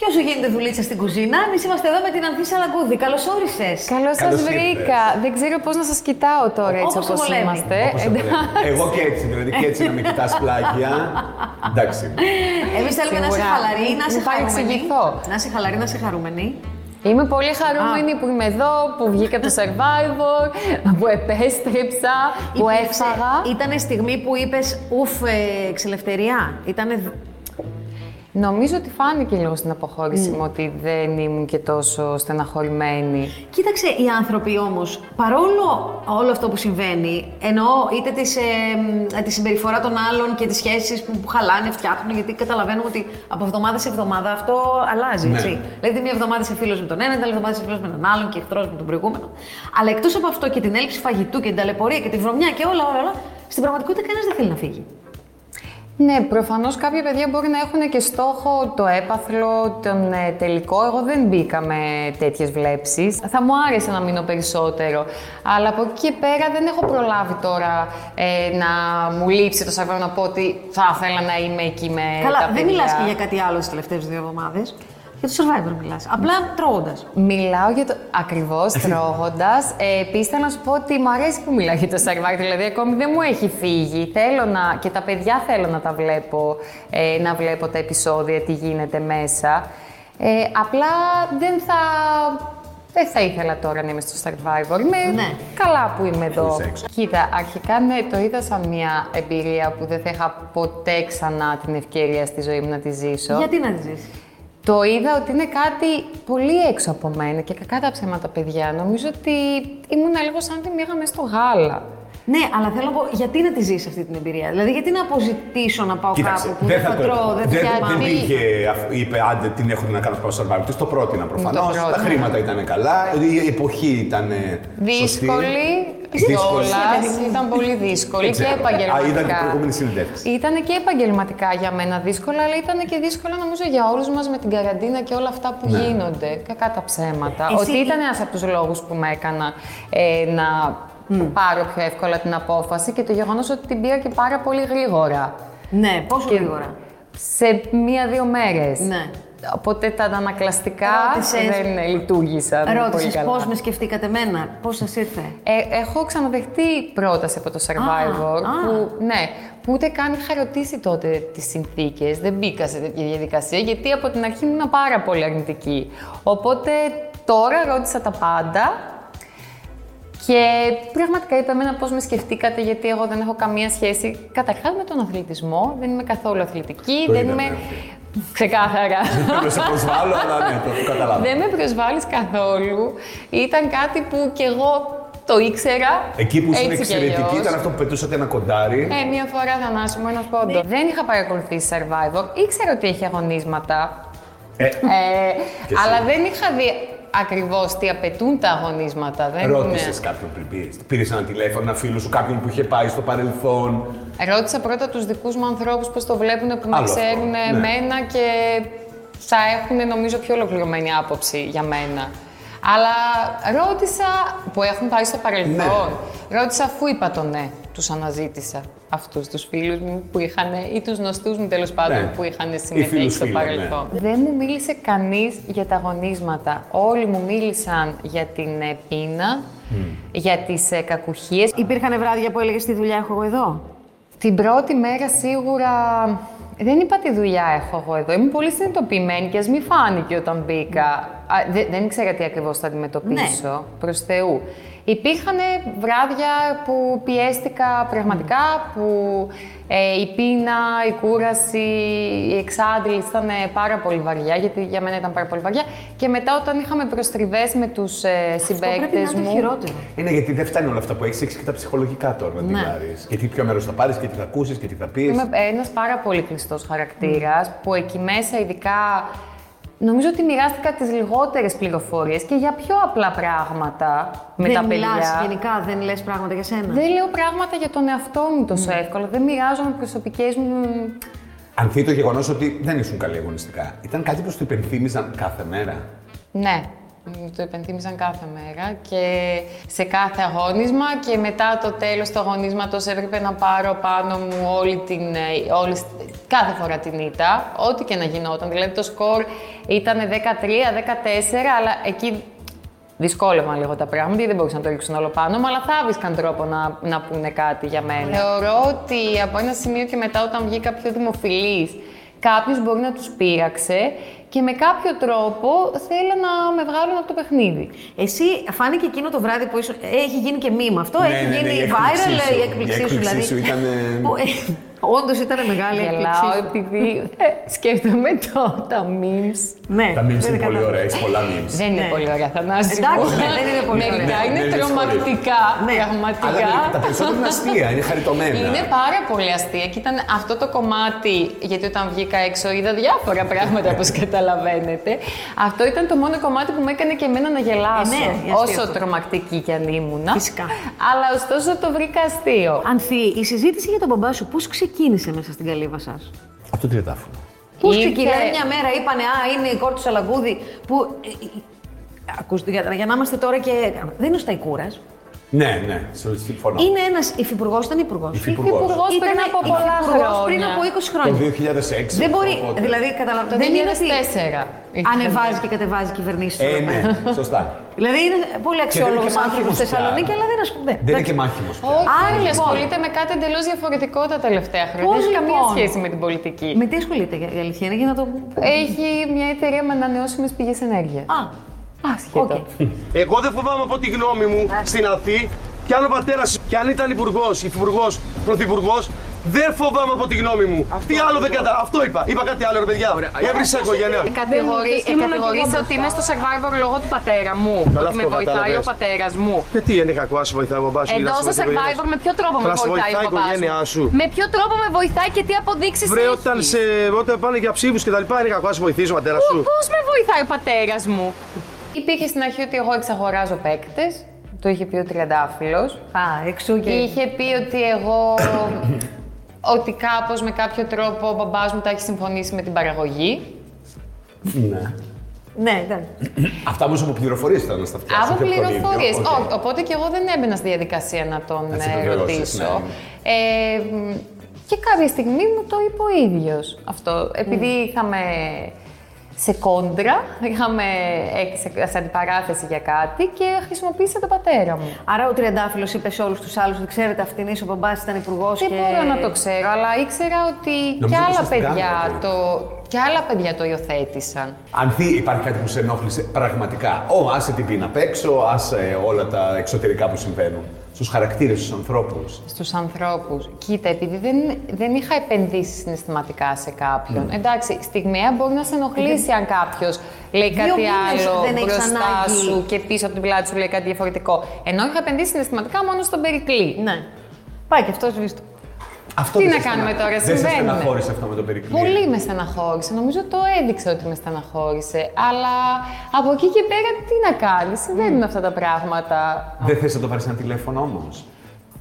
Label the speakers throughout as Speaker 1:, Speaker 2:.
Speaker 1: Ποιος σου γίνεται δουλίτσα στην κουζίνα, εμείς είμαστε εδώ με την Ανθίσα Λαγκούδη. Καλώς όρισες.
Speaker 2: Καλώς σα
Speaker 3: Καλώς
Speaker 2: βρήκα.
Speaker 3: ήρθες.
Speaker 2: Δεν ξέρω πώς να σας κοιτάω τώρα έτσι
Speaker 1: Όπως
Speaker 2: όπως
Speaker 1: βολεύει.
Speaker 2: είμαστε.
Speaker 3: Όπως σε
Speaker 2: Ε, Εντάξει.
Speaker 3: βλέπω. Εγώ και έτσι, δηλαδή και έτσι να με κοιτάς πλάγια. Εντάξει.
Speaker 1: Εμείς θέλουμε να είσαι
Speaker 2: Σίγουρα.
Speaker 1: χαλαρή, να είσαι
Speaker 2: Μου πάει
Speaker 1: χαρούμενη.
Speaker 2: εξηγηθώ.
Speaker 1: Να είσαι χαλαρή, να είσαι χαρούμενη.
Speaker 2: Είμαι πολύ χαρούμενη που είμαι εδώ, που βγήκα από το survivor, που επέστρεψα, που έφαγα.
Speaker 1: Ήταν στιγμή που είπες ουφ, ε, ξελευθεριά. Ήταν.
Speaker 2: Νομίζω ότι φάνηκε λίγο στην αποχώρηση μου ότι δεν ήμουν και τόσο στεναχωρημένη.
Speaker 1: Κοίταξε, οι άνθρωποι όμως, παρόλο όλο αυτό που συμβαίνει, εννοώ είτε τις, ε, μ, τη συμπεριφορά των άλλων και τις σχέσεις που, που χαλάνε, φτιάχνουν, γιατί καταλαβαίνουμε ότι από εβδομάδα σε εβδομάδα αυτό αλλάζει.
Speaker 3: Ναι.
Speaker 1: Έτσι. Δηλαδή, μία εβδομάδα είσαι φίλος με τον ένα, την άλλη εβδομάδα είσαι φίλος με τον άλλον και εχθρός με τον προηγούμενο. Αλλά εκτός από αυτό και την έλλειψη φαγητού και την ταλαιπωρία και τη βρωμιά και όλα, όλα, όλα, στην πραγματικότητα κανένας δεν θέλει να φύγει.
Speaker 2: Ναι, προφανώς κάποια παιδιά μπορεί να έχουν και στόχο το έπαθλο, τον ε, τελικό. Εγώ δεν μπήκα με τέτοιες βλέψεις. Θα μου άρεσε να μείνω περισσότερο. Αλλά από εκεί και πέρα δεν έχω προλάβει τώρα ε, να μου λείψει το σαββαρό να πω ότι θα ήθελα να είμαι εκεί με.
Speaker 1: Καλά,
Speaker 2: Ε, τα
Speaker 1: δεν
Speaker 2: παιδιά.
Speaker 1: μιλά και για κάτι άλλο τι τελευταίες δύο εβδομάδες. Για το survivor μιλάς. Απλά τρώγοντα.
Speaker 2: Μιλάω για το. Ακριβώς, τρώγοντας. Ε, Επίσης, θέλω να σου πω ότι μου αρέσει που μιλάω για το survivor. Δηλαδή, ακόμη δεν μου έχει φύγει. Θέλω να. και τα παιδιά θέλω να τα βλέπω, ε, να βλέπω τα επεισόδια, τι γίνεται μέσα. Ε, απλά δεν θα. Δεν θα ήθελα τώρα να είμαι στο Survivor. Είμαι
Speaker 1: Ναι.
Speaker 2: καλά που είμαι εδώ.
Speaker 3: Είσαι έξω.
Speaker 2: Κοίτα, αρχικά ναι, το είδα σαν μια εμπειρία που δεν θα είχα ποτέ ξανά την ευκαιρία στη ζωή μου να τη ζήσω.
Speaker 1: Γιατί να ζήσει.
Speaker 2: Το είδα ότι είναι κάτι πολύ έξω από μένα και κακά τα ψέματα, παιδιά. Νομίζω ότι ήμουν λίγο σαν τη μίγα μέσα στο γάλα.
Speaker 1: Ναι, αλλά θέλω να πω γιατί να τη ζήσει αυτή την εμπειρία. Δηλαδή, γιατί να αποζητήσω να πάω
Speaker 3: Κοίταξε,
Speaker 1: κάπου που δεν θα
Speaker 3: το-
Speaker 1: τρώω, δεν θα
Speaker 3: δεν, δεν
Speaker 1: πιάνω.
Speaker 3: πήγε, αφού είπε άντε την έχω να κάνω στο survivor. Της το πρότεινα προφανώ.
Speaker 2: πρότεινα.
Speaker 3: Τα χρήματα ήταν καλά, η εποχή ήταν σωστή.
Speaker 2: Δύσκολη,
Speaker 3: Δύσκολη.
Speaker 2: κιόλας, ήταν πολύ δύσκολη
Speaker 3: Δεν
Speaker 2: και
Speaker 3: ξέρω. Α, είδα την
Speaker 2: επαγγελματικά.
Speaker 3: προηγούμενη συνέντευξη.
Speaker 2: Ήταν και επαγγελματικά για μένα δύσκολα, αλλά ήταν και δύσκολα νομίζω για όλους μας με την καραντίνα και όλα αυτά
Speaker 3: Ναι.
Speaker 2: που γίνονται. Κακά τα ψέματα.
Speaker 1: Εσύ-
Speaker 2: Ότι ήταν ένας από τους λόγους που με έκανα ε, να πάρω πιο εύκολα την απόφαση και το γεγονός ότι την πήρα και πάρα πολύ γρήγορα.
Speaker 1: Ναι, πόσο γρήγορα.
Speaker 2: σε μία-δύο μέρες.
Speaker 1: Ναι.
Speaker 2: Οπότε τα ανακλαστικά
Speaker 1: Ρώτησες-
Speaker 2: δεν λειτουργήσαν πολύ
Speaker 1: Ρώτησες
Speaker 2: καλά.
Speaker 1: πώς με σκεφτήκατε εμένα, πώς σας ήρθε.
Speaker 2: Ε, έχω ξαναδεχτεί πρόταση από το Survivor
Speaker 1: Α, α.
Speaker 2: που, ναι, που ούτε καν είχα ρωτήσει τότε τις συνθήκες, δεν μπήκα σε τέτοια διαδικασία γιατί από την αρχή ήμουν πάρα πολύ αρνητική. Οπότε τώρα ρώτησα τα πάντα και πραγματικά είπα εμένα πώς με σκεφτήκατε γιατί εγώ δεν έχω καμία σχέση καταρχάς με τον αθλητισμό, δεν είμαι καθόλου αθλητική,
Speaker 3: Το
Speaker 2: δεν
Speaker 3: είδαμε,
Speaker 2: είμαι...
Speaker 3: ναι.
Speaker 2: Ξεκάθαρα.
Speaker 3: Δεν σε προσβάλλω, αλλά ναι, το έχω καταλάβει.
Speaker 2: Δεν με προσβάλλεις καθόλου. Ήταν κάτι που κι εγώ το ήξερα.
Speaker 3: Εκεί που ήσουν
Speaker 2: έτσι κι
Speaker 3: εξαιρετική
Speaker 2: αλλιώς.
Speaker 3: ήταν αυτό που πετούσατε ένα κοντάρι.
Speaker 2: Ε, μία φορά θανάσιμο, ένα πόντο. Δεν είχα παρακολουθήσει Survivor. Ήξερα ότι έχει αγωνίσματα.
Speaker 3: Ε,
Speaker 2: Ε,
Speaker 3: Και
Speaker 2: αλλά
Speaker 3: εσύ.
Speaker 2: δεν είχα δει ακριβώς τι απαιτούν τα αγωνίσματα. Δεν
Speaker 3: Ρώτησε
Speaker 2: είναι-
Speaker 3: κάποιον πριν πήρε. Πήρες ένα τηλέφωνο, ένα φίλο σου, κάποιον που είχε πάει στο παρελθόν.
Speaker 2: Ρώτησα πρώτα τους δικούς μου ανθρώπους πώς το βλέπουν, που με
Speaker 3: Άλλο αυτό,
Speaker 2: ξέρουν
Speaker 3: ναι.
Speaker 2: εμένα και θα έχουν νομίζω πιο ολοκληρωμένη άποψη για μένα. Αλλά ρώτησα, που έχουν πάει στο παρελθόν, ρώτησα αφού είπα το ναι. Τους αναζήτησα αυτούς τους φίλους μου που είχαν, ή τους γνωστούς μου τέλος πάντων
Speaker 3: Ναι.
Speaker 2: που είχαν
Speaker 3: Ή
Speaker 2: συμμετέχει
Speaker 3: φίλους
Speaker 2: στο
Speaker 3: φίλων, ναι.
Speaker 2: παρελθόν. Δεν μου μίλησε κανείς για τα αγωνίσματα. Όλοι μου μίλησαν για την ε, πείνα, για τις ε, κακουχίες.
Speaker 1: Υπήρχαν βράδια που έλεγε τη δουλειά έχω εγώ εδώ.
Speaker 2: Την πρώτη μέρα σίγουρα δεν είπα τι δουλειά έχω εγώ εδώ. Είμαι πολύ συνειδητοποιημένη και ας μην φάνηκε όταν μπήκα. Α, δε- δεν ήξερα τι ακριβώς θα αντιμετωπίσω.
Speaker 1: Ναι.
Speaker 2: Προς Θεού. Υπήρχαν βράδια που πιέστηκα πραγματικά, που ε, η πείνα, η κούραση, η εξάντληση ήταν ε, πάρα πολύ βαριά, γιατί για μένα ήταν πάρα πολύ βαριά. Και μετά όταν είχαμε προστριβές με τους ε,
Speaker 1: Αυτό πρέπει να
Speaker 2: συμπαίκτες
Speaker 1: είναι το
Speaker 2: μου,
Speaker 1: χειρότερο.
Speaker 3: Είναι Ε, ναι, γιατί δεν φτάνουν όλα αυτά που έχεις, έχεις και τα ψυχολογικά τώρα να
Speaker 1: Ναι.
Speaker 3: πάρεις. Γιατί ποιο μέρος θα πάρεις και τι θα ακούσεις και τι θα πεις.
Speaker 2: Είμαι ένας πάρα πολύ κλειστός χαρακτήρας που εκεί μέσα ειδικά. Νομίζω ότι μοιράστηκα τις λιγότερες πληροφορίες και για πιο απλά πράγματα με τα
Speaker 1: δεν
Speaker 2: παιδιά.
Speaker 1: μιλάς γενικά, δεν λες πράγματα για σένα.
Speaker 2: Δεν λέω πράγματα για τον εαυτό μου τόσο εύκολα. Δεν μοιράζομαι προσωπικές μου.
Speaker 3: Αν θέτει το γεγονός ότι δεν ήσουν καλή αγωνιστικά, ήταν κάτι που σου το υπενθύμιζαν κάθε μέρα.
Speaker 2: Ναι. Μου το υπενθύμησαν κάθε μέρα και σε κάθε αγώνισμα και μετά το τέλος του αγωνίσματος έπρεπε να πάρω πάνω μου όλη την, ε, όλη, κάθε φορά την ήττα, ό,τι και να γινόταν. Δηλαδή το σκορ ήταν 13-14, αλλά εκεί δυσκόλευαν λίγο τα πράγματα, γιατί δεν μπορούσαν να το ρίξουν όλο πάνω μου, αλλά θα βρίσκαν τρόπο να, να πούνε κάτι για μένα. Θεωρώ ότι από ένα σημείο και μετά, όταν βγήκα πιο δημοφιλής, κάποιος μπορεί να τους πείραξε και με κάποιο τρόπο θέλει να με βγάλουν από το παιχνίδι.
Speaker 1: Εσύ φάνηκε εκείνο το βράδυ που ήσουν. Έχει γίνει και μήμα αυτό,
Speaker 3: Ναι,
Speaker 1: έχει
Speaker 3: ναι, ναι,
Speaker 1: γίνει
Speaker 3: η έκπληξή
Speaker 1: viral
Speaker 3: σου.
Speaker 1: η
Speaker 3: Η
Speaker 1: έκπληξή σου.
Speaker 3: έκπληξή
Speaker 1: Δηλαδή.
Speaker 3: σου ήταν, ε,
Speaker 1: Όντως ήταν μεγάλη έκπληξή
Speaker 2: Γελάω
Speaker 1: σου.
Speaker 2: επειδή ε, σκέφτομαι το, τα memes.
Speaker 1: Ναι,
Speaker 3: Τα memes
Speaker 1: δεν
Speaker 3: είναι πολύ
Speaker 1: κατάλαβα.
Speaker 3: ωραία, έχεις πολλά memes.
Speaker 2: Δεν είναι
Speaker 1: Ναι.
Speaker 2: πολύ ωραία, Θανάση.
Speaker 1: Εντάξει,
Speaker 2: μου.
Speaker 1: δεν είναι πολύ
Speaker 2: Μερικά
Speaker 1: ωραία.
Speaker 3: Ναι,
Speaker 2: ναι, είναι
Speaker 3: ναι,
Speaker 2: τρομακτικά,
Speaker 1: Ναι.
Speaker 3: Αλλά ναι, τα
Speaker 2: πραγματικά.
Speaker 3: περισσότερα είναι αστεία, είναι χαριτωμένα.
Speaker 2: Είναι πάρα πολύ αστεία και ήταν αυτό το κομμάτι, γιατί όταν βγήκα έξω είδα διάφορα πράγματα όπως καταλαβαίνετε. Αυτό ήταν το μόνο κομμάτι που με έκανε και εμένα να
Speaker 1: Ε,
Speaker 2: γελάσω,
Speaker 1: ναι, αστείο
Speaker 2: όσο
Speaker 1: αυτό.
Speaker 2: τρομακτική κι αν ήμουνα.
Speaker 1: Φυσικά.
Speaker 2: Αλλά ωστόσο το βρήκα αστείο.
Speaker 1: Ανθή, η συζήτηση για τον μπαμπά σου πώς ξεκίνησε μέσα στην καλύβα σας.
Speaker 3: Από το τριετάφυλλο.
Speaker 1: Πώς
Speaker 2: Ήρθε-
Speaker 1: ξεκινάει μια μέρα, είπανε Α, είναι η κόρη του Σαλαγκούδη. Που. ε, ε, ε, Ακούστε, για, για να είμαστε τώρα και. Δεν είναι ο Σταϊκούρα.
Speaker 3: Ναι, ναι, σε αυτή τη φωνά.
Speaker 1: Είναι ένας υφυπουργός, ήταν υπουργός.
Speaker 3: Υφυπουργός.
Speaker 2: Υπουργός πριν από πολλά χρόνια.
Speaker 1: πριν από 20
Speaker 3: Το
Speaker 1: χρόνια.
Speaker 3: 2006.
Speaker 1: Δεν μπορεί,
Speaker 3: οπότε.
Speaker 1: δηλαδή καταλαβαίνετε.
Speaker 2: Δεν είναι
Speaker 1: ότι
Speaker 2: τέσσερα.
Speaker 1: Ανεβάζει και κατεβάζει κυβερνήσεις.
Speaker 3: Ε, ναι, σωστά.
Speaker 1: Δηλαδή είναι πολύ αξιόλογος
Speaker 3: και
Speaker 1: άνθρωπος
Speaker 3: μάχημος
Speaker 1: στη Θεσσαλονίκη,
Speaker 3: πια.
Speaker 1: αλλά δεν ασχολείται.
Speaker 3: Δεν είναι και μάχημος πια.
Speaker 2: Όχι,
Speaker 1: Άρα,
Speaker 2: όλοι
Speaker 1: λοιπόν.
Speaker 2: ασχολείται με κάτι εντελώς διαφορετικό τα τελευταία χρόνια.
Speaker 1: Πώς,
Speaker 2: Δεν έχει καμία
Speaker 1: λοιπόν.
Speaker 2: σχέση με την πολιτική.
Speaker 1: Με τι ασχολείται η αλήθεια είναι για να το.
Speaker 2: Έχει μια εταιρεία με ανανεώσιμες πηγές ενέργειας.
Speaker 1: Α,
Speaker 2: Άσχετο.
Speaker 1: οκ.
Speaker 4: Εγώ δεν φοβάμαι από τη γνώμη μου
Speaker 5: Ε.
Speaker 4: στην Αθή και αν ο πατέρας και αν ήταν υπουργός, υφυπουργός, πρωθυπουργός, δεν φοβάμαι από τη γνώμη μου. Τι άλλο δεν κατάλαβα. Αυτό είπα. Είπα κάτι άλλο, ρε παιδιά.
Speaker 5: Ε,
Speaker 4: Έβρισα οικογένεια.
Speaker 2: Κατηγορεί, ε, κατηγορήσε ότι είμαι στο survivor λόγω του πατέρα μου.
Speaker 4: Καλά
Speaker 2: ότι με
Speaker 4: αυτό
Speaker 2: βοηθάει ο
Speaker 4: κατάλαβες.
Speaker 2: πατέρας μου.
Speaker 4: Και τι είναι κακό, ας βοηθάει ο μπαμπάς σου,
Speaker 5: Εδώ
Speaker 4: να σε
Speaker 5: στο
Speaker 4: βοηθάει η οικογένεια
Speaker 5: survivor
Speaker 4: σου.
Speaker 5: με ποιο τρόπο με
Speaker 4: Θα σε
Speaker 5: βοηθάει ο
Speaker 4: βοηθάει
Speaker 5: παπάς
Speaker 4: η
Speaker 5: μου.
Speaker 4: οικογένειά σου.
Speaker 5: Με ποιο τρόπο με βοηθάει και τι αποδείξεις
Speaker 4: Βρε, όταν, σε, όταν πάνε για ψήφους και τα λοιπά, είναι κακό, ας βοηθήσει ο πατέρας σου.
Speaker 5: Πώ με βοηθάει ο πατέρας μου.
Speaker 2: Υπήρχε στην αρχή ότι εγώ εξαγοράζω παίκτες. Το είχε πει ο Τριαντάφυλλος.
Speaker 1: Α, εξού και.
Speaker 2: Είχε πει ότι εγώ. ότι κάπως με κάποιο τρόπο ο μπαμπάς μου τα έχει συμφωνήσει με την παραγωγή.
Speaker 3: Ναι.
Speaker 1: Ναι, ήταν.
Speaker 3: Αυτά όμως από πληροφορίες ήταν να στα φτιάξω.
Speaker 2: Από
Speaker 3: όχι το ίδιο.
Speaker 2: πληροφορίε.
Speaker 3: Οκ.
Speaker 2: Οπότε και εγώ δεν έμπαινα στη διαδικασία να τον
Speaker 3: Να σε
Speaker 2: ε,
Speaker 3: επιβεβαιώσεις,
Speaker 2: ρωτήσω.
Speaker 3: ναι.
Speaker 2: Ε, μ, και κάποια στιγμή μου το είπε ο ίδιος αυτό. Επειδή είχαμε σε κόντρα, είχαμε ε, σε- σε αντιπαράθεση για κάτι και χρησιμοποίησε τον πατέρα μου.
Speaker 1: Άρα ο Τριαντάφυλλος είπε σε όλους τους άλλους ότι ξέρετε αυτήν είσαι ο μπαμπά, ήταν υπουργός.
Speaker 2: Δεν
Speaker 1: και...
Speaker 2: μπορώ να το ξέρω, αλλά ήξερα ότι
Speaker 3: Νομίζω
Speaker 2: και
Speaker 3: πως
Speaker 2: άλλα,
Speaker 3: σας την
Speaker 2: παιδιά
Speaker 3: κάνανε
Speaker 2: το, και άλλα παιδιά το υιοθέτησαν.
Speaker 3: Αν δει, υπάρχει κάτι που σε ενόχλησε πραγματικά. Ω, άσε την πείνα απ' έξω, άσε όλα τα εξωτερικά που συμβαίνουν. Στους χαρακτήρες, στους ανθρώπους.
Speaker 2: στους ανθρώπους. Κοίτα, επειδή δεν, δεν είχα επενδύσει συναισθηματικά σε
Speaker 1: Ναι.
Speaker 2: κάποιον. Εντάξει, στιγμιαία μπορεί να σε ενοχλήσει αν κάποιος λέει
Speaker 1: Δύο
Speaker 2: κάτι
Speaker 1: μήνες
Speaker 2: άλλο
Speaker 1: δεν έχεις
Speaker 2: μπροστά
Speaker 1: ανάγκη.
Speaker 2: σου και πίσω από την πλάτη σου λέει κάτι διαφορετικό. Ενώ είχα επενδύσει συναισθηματικά μόνο στον Περικλή.
Speaker 1: Ναι. Πάει και αυτός σβήστο.
Speaker 3: Αυτό
Speaker 2: Τι
Speaker 3: δεν
Speaker 2: να
Speaker 3: σε
Speaker 2: κάνουμε
Speaker 3: στενα-
Speaker 2: τώρα,
Speaker 3: Δεν σε
Speaker 2: συμβαίνουνε.
Speaker 3: στεναχώρησε αυτό με τον Περικλή.
Speaker 2: Πολύ με στεναχώρησε. Νομίζω το έδειξε ότι με στεναχώρησε. Αλλά από εκεί και πέρα τι να κάνεις, συμβαίνουν
Speaker 1: Ναι.
Speaker 2: αυτά τα πράγματα.
Speaker 3: Δεν θες να το πάρεις ένα τηλέφωνο όμως.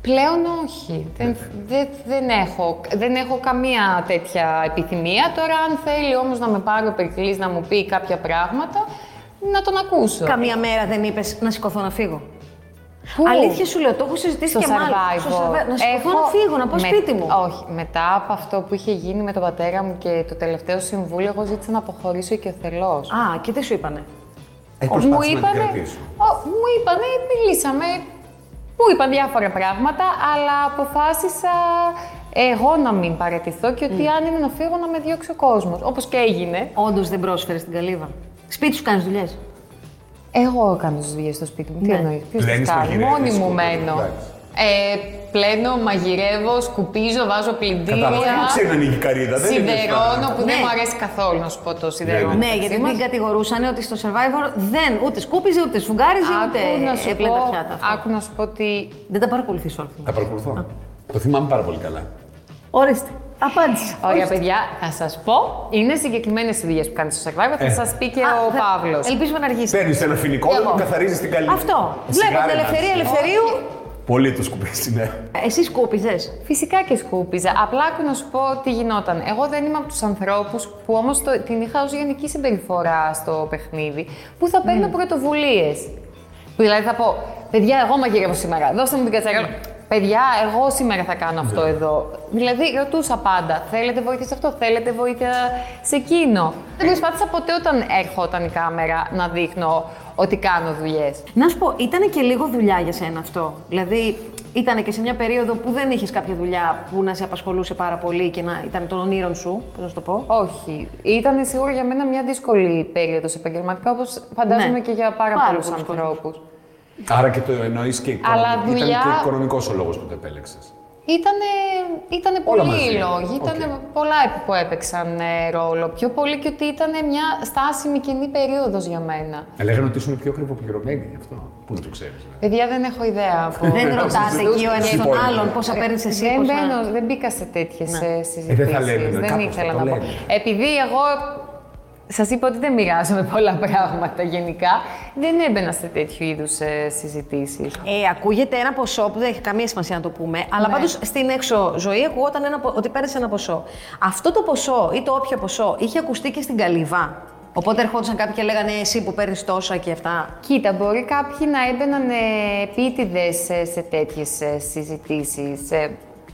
Speaker 2: Πλέον όχι. Δεν, δεν, δεν, έχω, δεν έχω καμία τέτοια επιθυμία. Τώρα, αν θέλει όμως να με πάρει ο Περικλής να μου πει κάποια πράγματα, να τον ακούσω.
Speaker 1: Καμία μέρα δεν είπες να σηκωθώ να φύγω.
Speaker 2: Πού?
Speaker 1: Αλήθεια σου λέω, το έχω συζητήσει
Speaker 2: στο
Speaker 1: και μάλλον.
Speaker 2: survivor.
Speaker 1: Στο survivor. Να σηκωθώ
Speaker 2: Έχω-
Speaker 1: να φύγω, να πάω
Speaker 2: με-
Speaker 1: σπίτι μου.
Speaker 2: Όχι. Μετά από αυτό που είχε γίνει με τον πατέρα μου και το τελευταίο συμβούλιο, εγώ ζήτησα να αποχωρήσω οικειοθελώς.
Speaker 1: Α, και τι σου είπανε.
Speaker 3: Έχει
Speaker 2: μου
Speaker 3: προσπάθει Ε, να την
Speaker 2: είπανε,
Speaker 3: κρατήσω.
Speaker 2: ο, μου είπανε, μιλήσαμε, μου είπαν διάφορα πράγματα, αλλά αποφάσισα εγώ να μην παραιτηθώ και ότι αν είναι να φύγω να με διώξει ο κόσμος, όπως και έγινε.
Speaker 1: Όντως δεν πρόσφερες την καλύβα. Σπίτι σου κάνεις δουλειές.
Speaker 2: Εγώ κάνω τις δουλειές στο σπίτι μου, τι
Speaker 1: Ναι.
Speaker 2: εννοείς, ποιος τις
Speaker 3: Πλένεις,
Speaker 2: κάνει,
Speaker 3: μαγειρεύεις,
Speaker 2: μόνη μου
Speaker 3: σκουπίζεις,
Speaker 2: μένω.
Speaker 3: εντάξει.
Speaker 2: Ε, πλένω, μαγειρεύω, σκουπίζω, βάζω
Speaker 3: Κατάλαβα.
Speaker 2: πλυντήρια,
Speaker 3: Δεν ξέρει να ανοίγει η καρύδα. δεν είναι
Speaker 2: σιδερώνω,
Speaker 3: σαν-
Speaker 2: που δεν
Speaker 1: Ναι.
Speaker 2: μου αρέσει καθόλου να σου πω το σιδερώνω.
Speaker 1: Ναι,
Speaker 2: μεταξύ
Speaker 1: γιατί
Speaker 2: μας.
Speaker 1: την κατηγορούσαν ότι στο survivor δεν ούτε σκούπιζε, ούτε σφουγγάριζε,
Speaker 2: Άκου να
Speaker 1: ούτε
Speaker 2: σου
Speaker 1: έπλαινε ε, τα
Speaker 2: πω-
Speaker 1: πιάτα. αυτά.
Speaker 2: Άκου Ε. να σου πω ότι
Speaker 1: Δεν τα παρακολουθείς όλα.
Speaker 3: Τα παρακολουθώ. Το θυμάμαι πάρα πολύ καλά.
Speaker 1: Ορίστε. Απάντησε.
Speaker 2: Ωραία, παιδιά, θα σας πω. Είναι συγκεκριμένες οι δουλειέ που κάνει στο survivor.
Speaker 3: Ε.
Speaker 2: Θα σας πει και
Speaker 1: Α,
Speaker 2: ο
Speaker 1: θα-
Speaker 2: Παύλος.
Speaker 1: Ελπίζουμε να αργήσει.
Speaker 3: Παίρνεις ένα φινικό,
Speaker 1: Εγώ.
Speaker 3: καθαρίζεις την καλή.
Speaker 1: Αυτό. Βλέπω την ελευθερία ελευθερίου. Ε,
Speaker 3: Πολύ το σκουπίζεις, ναι.
Speaker 1: Εσύ σκούπιζες.
Speaker 2: Φυσικά και σκούπιζα. Απλά έχω να σου πω τι γινόταν. Εγώ δεν είμαι από τους ανθρώπους που όμως την είχα ως γενική συμπεριφορά στο παιχνίδι, που θα παίρνω πρωτοβουλίες. Δηλαδή θα πω, παιδιά, εγώ μαγείρευω σήμερα. Δώστε μου την κατσαρόλα. Παιδιά, εγώ σήμερα θα κάνω αυτό εδώ. Δηλαδή, ρωτούσα πάντα. Θέλετε βοήθεια σε αυτό, θέλετε βοήθεια σε εκείνο. Δεν προσπάθησα ποτέ όταν έρχονταν η κάμερα να δείχνω ότι κάνω δουλειές.
Speaker 1: Να σου πω, ήταν και λίγο δουλειά για σένα αυτό. Δηλαδή, ήταν και σε μια περίοδο που δεν είχες κάποια δουλειά που να σε απασχολούσε πάρα πολύ και να ήταν των ονείρων σου, πώς να σου το πω.
Speaker 2: Όχι. Ήταν σίγουρα για μένα μια δύσκολη περίοδος επαγγελματικά, όπως φαντάζομαι
Speaker 1: Ναι.
Speaker 2: και για πάρα,
Speaker 1: Πάρα
Speaker 2: πολλούς
Speaker 1: πολλούς
Speaker 2: ανθρώπους.
Speaker 3: Άρα και το εννοείς και οικονομικό.
Speaker 2: Αλλά δουλειά-
Speaker 3: Ήταν και οικονομικός ο λόγος που το επέλεξες.
Speaker 2: Ήτανε, ήτανε
Speaker 3: Όλα
Speaker 2: πολλοί
Speaker 3: μαζί.
Speaker 2: οι λόγοι, ήτανε
Speaker 3: Οκ.
Speaker 2: πολλά που έπαιξαν ε, ρόλο. Πιο πολύ και ότι ήταν μια στάσιμη κοινή περίοδος για μένα.
Speaker 3: Λέγανε ότι ήσουν πιο κρυβοπληρωμένοι γι' αυτό. Πού να το ξέρεις.
Speaker 2: Παιδιά δεν έχω ιδέα από...
Speaker 1: Δεν ρωτάτε εκεί ο ένας τον
Speaker 3: Συμπόνια.
Speaker 1: άλλον πόσα παίρνεις εσύ. Ναι.
Speaker 2: Ε, Δεν,
Speaker 1: πόσα-
Speaker 2: μπαίνω, δεν μπήκα σε τέτοιες συζητήσει.
Speaker 3: Ε, δεν θα λέμε, κάπως
Speaker 2: ήθελα
Speaker 3: θα
Speaker 2: να
Speaker 3: το
Speaker 2: πω.
Speaker 3: λέμε.
Speaker 2: Επειδή εγώ σας είπα ότι δεν μοιράζομαι πολλά πράγματα γενικά, δεν έμπαινα σε τέτοιου είδους συζητήσεις.
Speaker 1: Ε, ακούγεται ένα ποσό που δεν έχει καμία σημασία να το πούμε, αλλά πάντως στην έξω ζωή ακουγόταν ένα, πο- ότι παίρνει ένα ποσό. Αυτό το ποσό ή το όποιο ποσό είχε ακουστεί και στην Καλύβα. Οπότε ερχόντουσαν κάποιοι και λέγανε «Ε, εσύ που παίρνεις τόσα και αυτά.
Speaker 2: Κοίτα, μπορεί κάποιοι να έμπαιναν επίτηδε σε, σε ε, τέτοιε συζητήσει.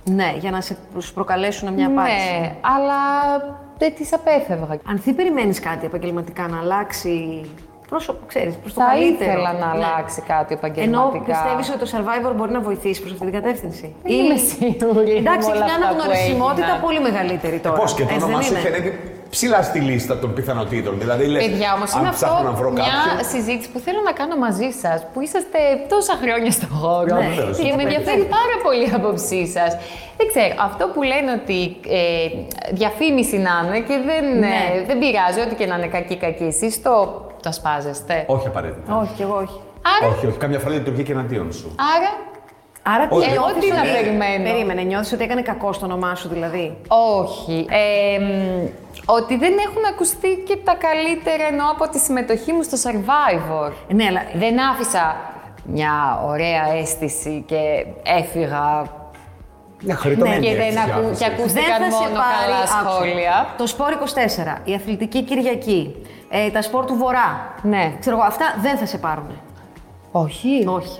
Speaker 1: Ναι, για να σε, σου προκαλέσουν μια απάντηση.
Speaker 2: ε, Ναι, αλλά δεν τι απέφευγα.
Speaker 1: Αν θυ περιμένεις κάτι επαγγελματικά να αλλάξει πρόσωπο, ξέρεις, προς το
Speaker 2: Θα
Speaker 1: καλύτερο.
Speaker 2: ήθελα να
Speaker 1: Ναι.
Speaker 2: αλλάξει κάτι
Speaker 1: Ενώ
Speaker 2: επαγγελματικά.
Speaker 1: πιστεύεις ότι το survivor μπορεί να βοηθήσει προς αυτή την κατεύθυνση.
Speaker 2: Δεν είμαι σίγουρη.
Speaker 1: Εντάξει,
Speaker 2: με
Speaker 1: έχει
Speaker 2: όλα
Speaker 1: μια
Speaker 2: αυτά που
Speaker 1: αναγνωρισιμότητα
Speaker 2: έγιναν.
Speaker 1: πολύ μεγαλύτερη τώρα.
Speaker 3: Πώ Ε,
Speaker 2: ε,
Speaker 3: και το
Speaker 1: Έτσι δεν
Speaker 3: όνομά σου
Speaker 1: είναι?
Speaker 3: φαίνεται ψηλά στη λίστα των πιθανότητων. Δηλαδή λες.
Speaker 2: Παιδιά, όμως είναι
Speaker 3: Αν ψάχνω να βρω
Speaker 2: αυτό μια
Speaker 3: κάποιον.
Speaker 2: συζήτηση που θέλω να κάνω μαζί σας, που είσαστε τόσα χρόνια στον χώρο
Speaker 1: Ναι.
Speaker 2: και με ενδιαφέρει πάρα πολύ η άποψή σας. Δεν ξέρω, αυτό που λένε ότι ε, διαφήμιση να είναι και δεν,
Speaker 1: Ναι.
Speaker 2: ε, δεν πειράζει, ό,τι και να είναι κακή-κακή, εσείς το, το σπάζεστε.
Speaker 3: Όχι απαραίτητα.
Speaker 1: Όχι, κι εγώ όχι.
Speaker 2: Άρα,
Speaker 3: Όχι, όχι. Καμιά φορά λειτουργεί και εναντίον σου.
Speaker 2: άρα
Speaker 1: Άρα
Speaker 3: Όχι.
Speaker 1: τι
Speaker 2: εγώ
Speaker 1: νιώθεις
Speaker 2: τι Ε, να
Speaker 1: ότι-
Speaker 2: περιμένω.
Speaker 1: Περίμενε, νιώθεις ότι έκανε κακό στο όνομά σου δηλαδή.
Speaker 2: Όχι. Ε, μ, ότι δεν έχουν ακουστεί και τα καλύτερα εννοώ από τη συμμετοχή μου στο Survivor.
Speaker 1: Ναι, αλλά.
Speaker 2: Δεν άφησα μια ωραία αίσθηση και έφυγα
Speaker 3: Μια χαριτωμένη
Speaker 2: Ναι, και, δεν
Speaker 3: αίσθηση
Speaker 2: ακού, και
Speaker 3: άφησες.
Speaker 2: ακούστηκαν μόνο καλά
Speaker 1: άκουσε.
Speaker 2: σχόλια.
Speaker 1: Το σπορ 24, η αθλητική Κυριακή, ε, τα σπορ του Βορρά.
Speaker 2: Ναι.
Speaker 1: Ξέρω εγώ, αυτά δεν θα σε πάρουν.
Speaker 2: Όχι.
Speaker 1: Όχι.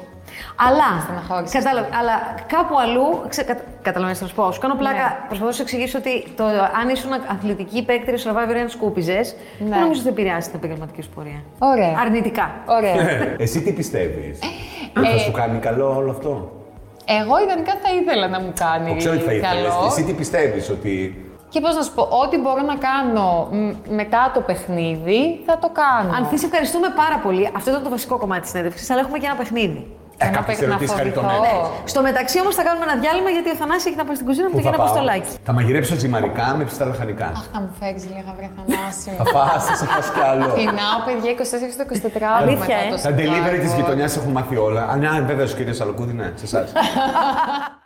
Speaker 1: Αλλά,
Speaker 2: στεναχώρησες.
Speaker 1: κατάλαβα, αλλά κάπου αλλού. Ξε, κα, Καταλαβαίνετε τι να σου πω. Σου κάνω πλάκα.
Speaker 2: Ναι.
Speaker 1: Προσπαθώ να σου εξηγήσω ότι το, αν ήσουν αθλητική παίκτρια στο Survivor ή αν σκούπιζες,
Speaker 2: Ναι.
Speaker 1: δεν νομίζω ότι επηρεάζει την επαγγελματική σου πορεία.
Speaker 2: Ωραία.
Speaker 1: Αρνητικά.
Speaker 2: Ωραία.
Speaker 3: Ε, Εσύ τι πιστεύεις,
Speaker 2: Ε,
Speaker 3: Θα σου κάνει καλό όλο αυτό.
Speaker 2: Εγώ ιδανικά θα ήθελα να μου κάνει
Speaker 3: Το ξέρω ότι θα ήθελε.
Speaker 2: ε, καλό.
Speaker 3: Εσύ τι πιστεύεις ότι.
Speaker 2: Και πώς να σου πω, ό,τι μπορώ να κάνω μ, μετά το παιχνίδι θα το κάνω.
Speaker 1: Αν θες, ευχαριστούμε πάρα πολύ. Αυτό ήταν το βασικό κομμάτι της συνέντευξης, αλλά έχουμε και ένα παιχνίδι.
Speaker 3: Ε,
Speaker 2: Θέλω να
Speaker 3: κάποιε
Speaker 2: παί- να
Speaker 3: ερωτήσει
Speaker 2: φοβηθώ.
Speaker 3: χαριτωμένε.
Speaker 1: Στο μεταξύ όμως θα κάνουμε ένα διάλειμμα γιατί ο Θανάσης έχει να πάει στην κουζίνα μου και ένα αποστολάκι.
Speaker 3: Θα μαγειρέψω τζιμαρικά με ψητά λαχανικά.
Speaker 2: Αχ, θα μου φέγγεις λίγα βρε Θανάση.
Speaker 3: θα πας, θα σε φας κι άλλο.
Speaker 2: Πεινάω, παιδιά, 24
Speaker 3: ε.
Speaker 2: στο 24
Speaker 1: Αλήθεια, ε.
Speaker 2: μετά το
Speaker 3: Τα delivery της
Speaker 2: Survivor.
Speaker 3: γειτονιάς έχουν μάθει όλα. Α, ναι, βέβαια, ο κύριο Αλκούδη, ναι, σε εσάς.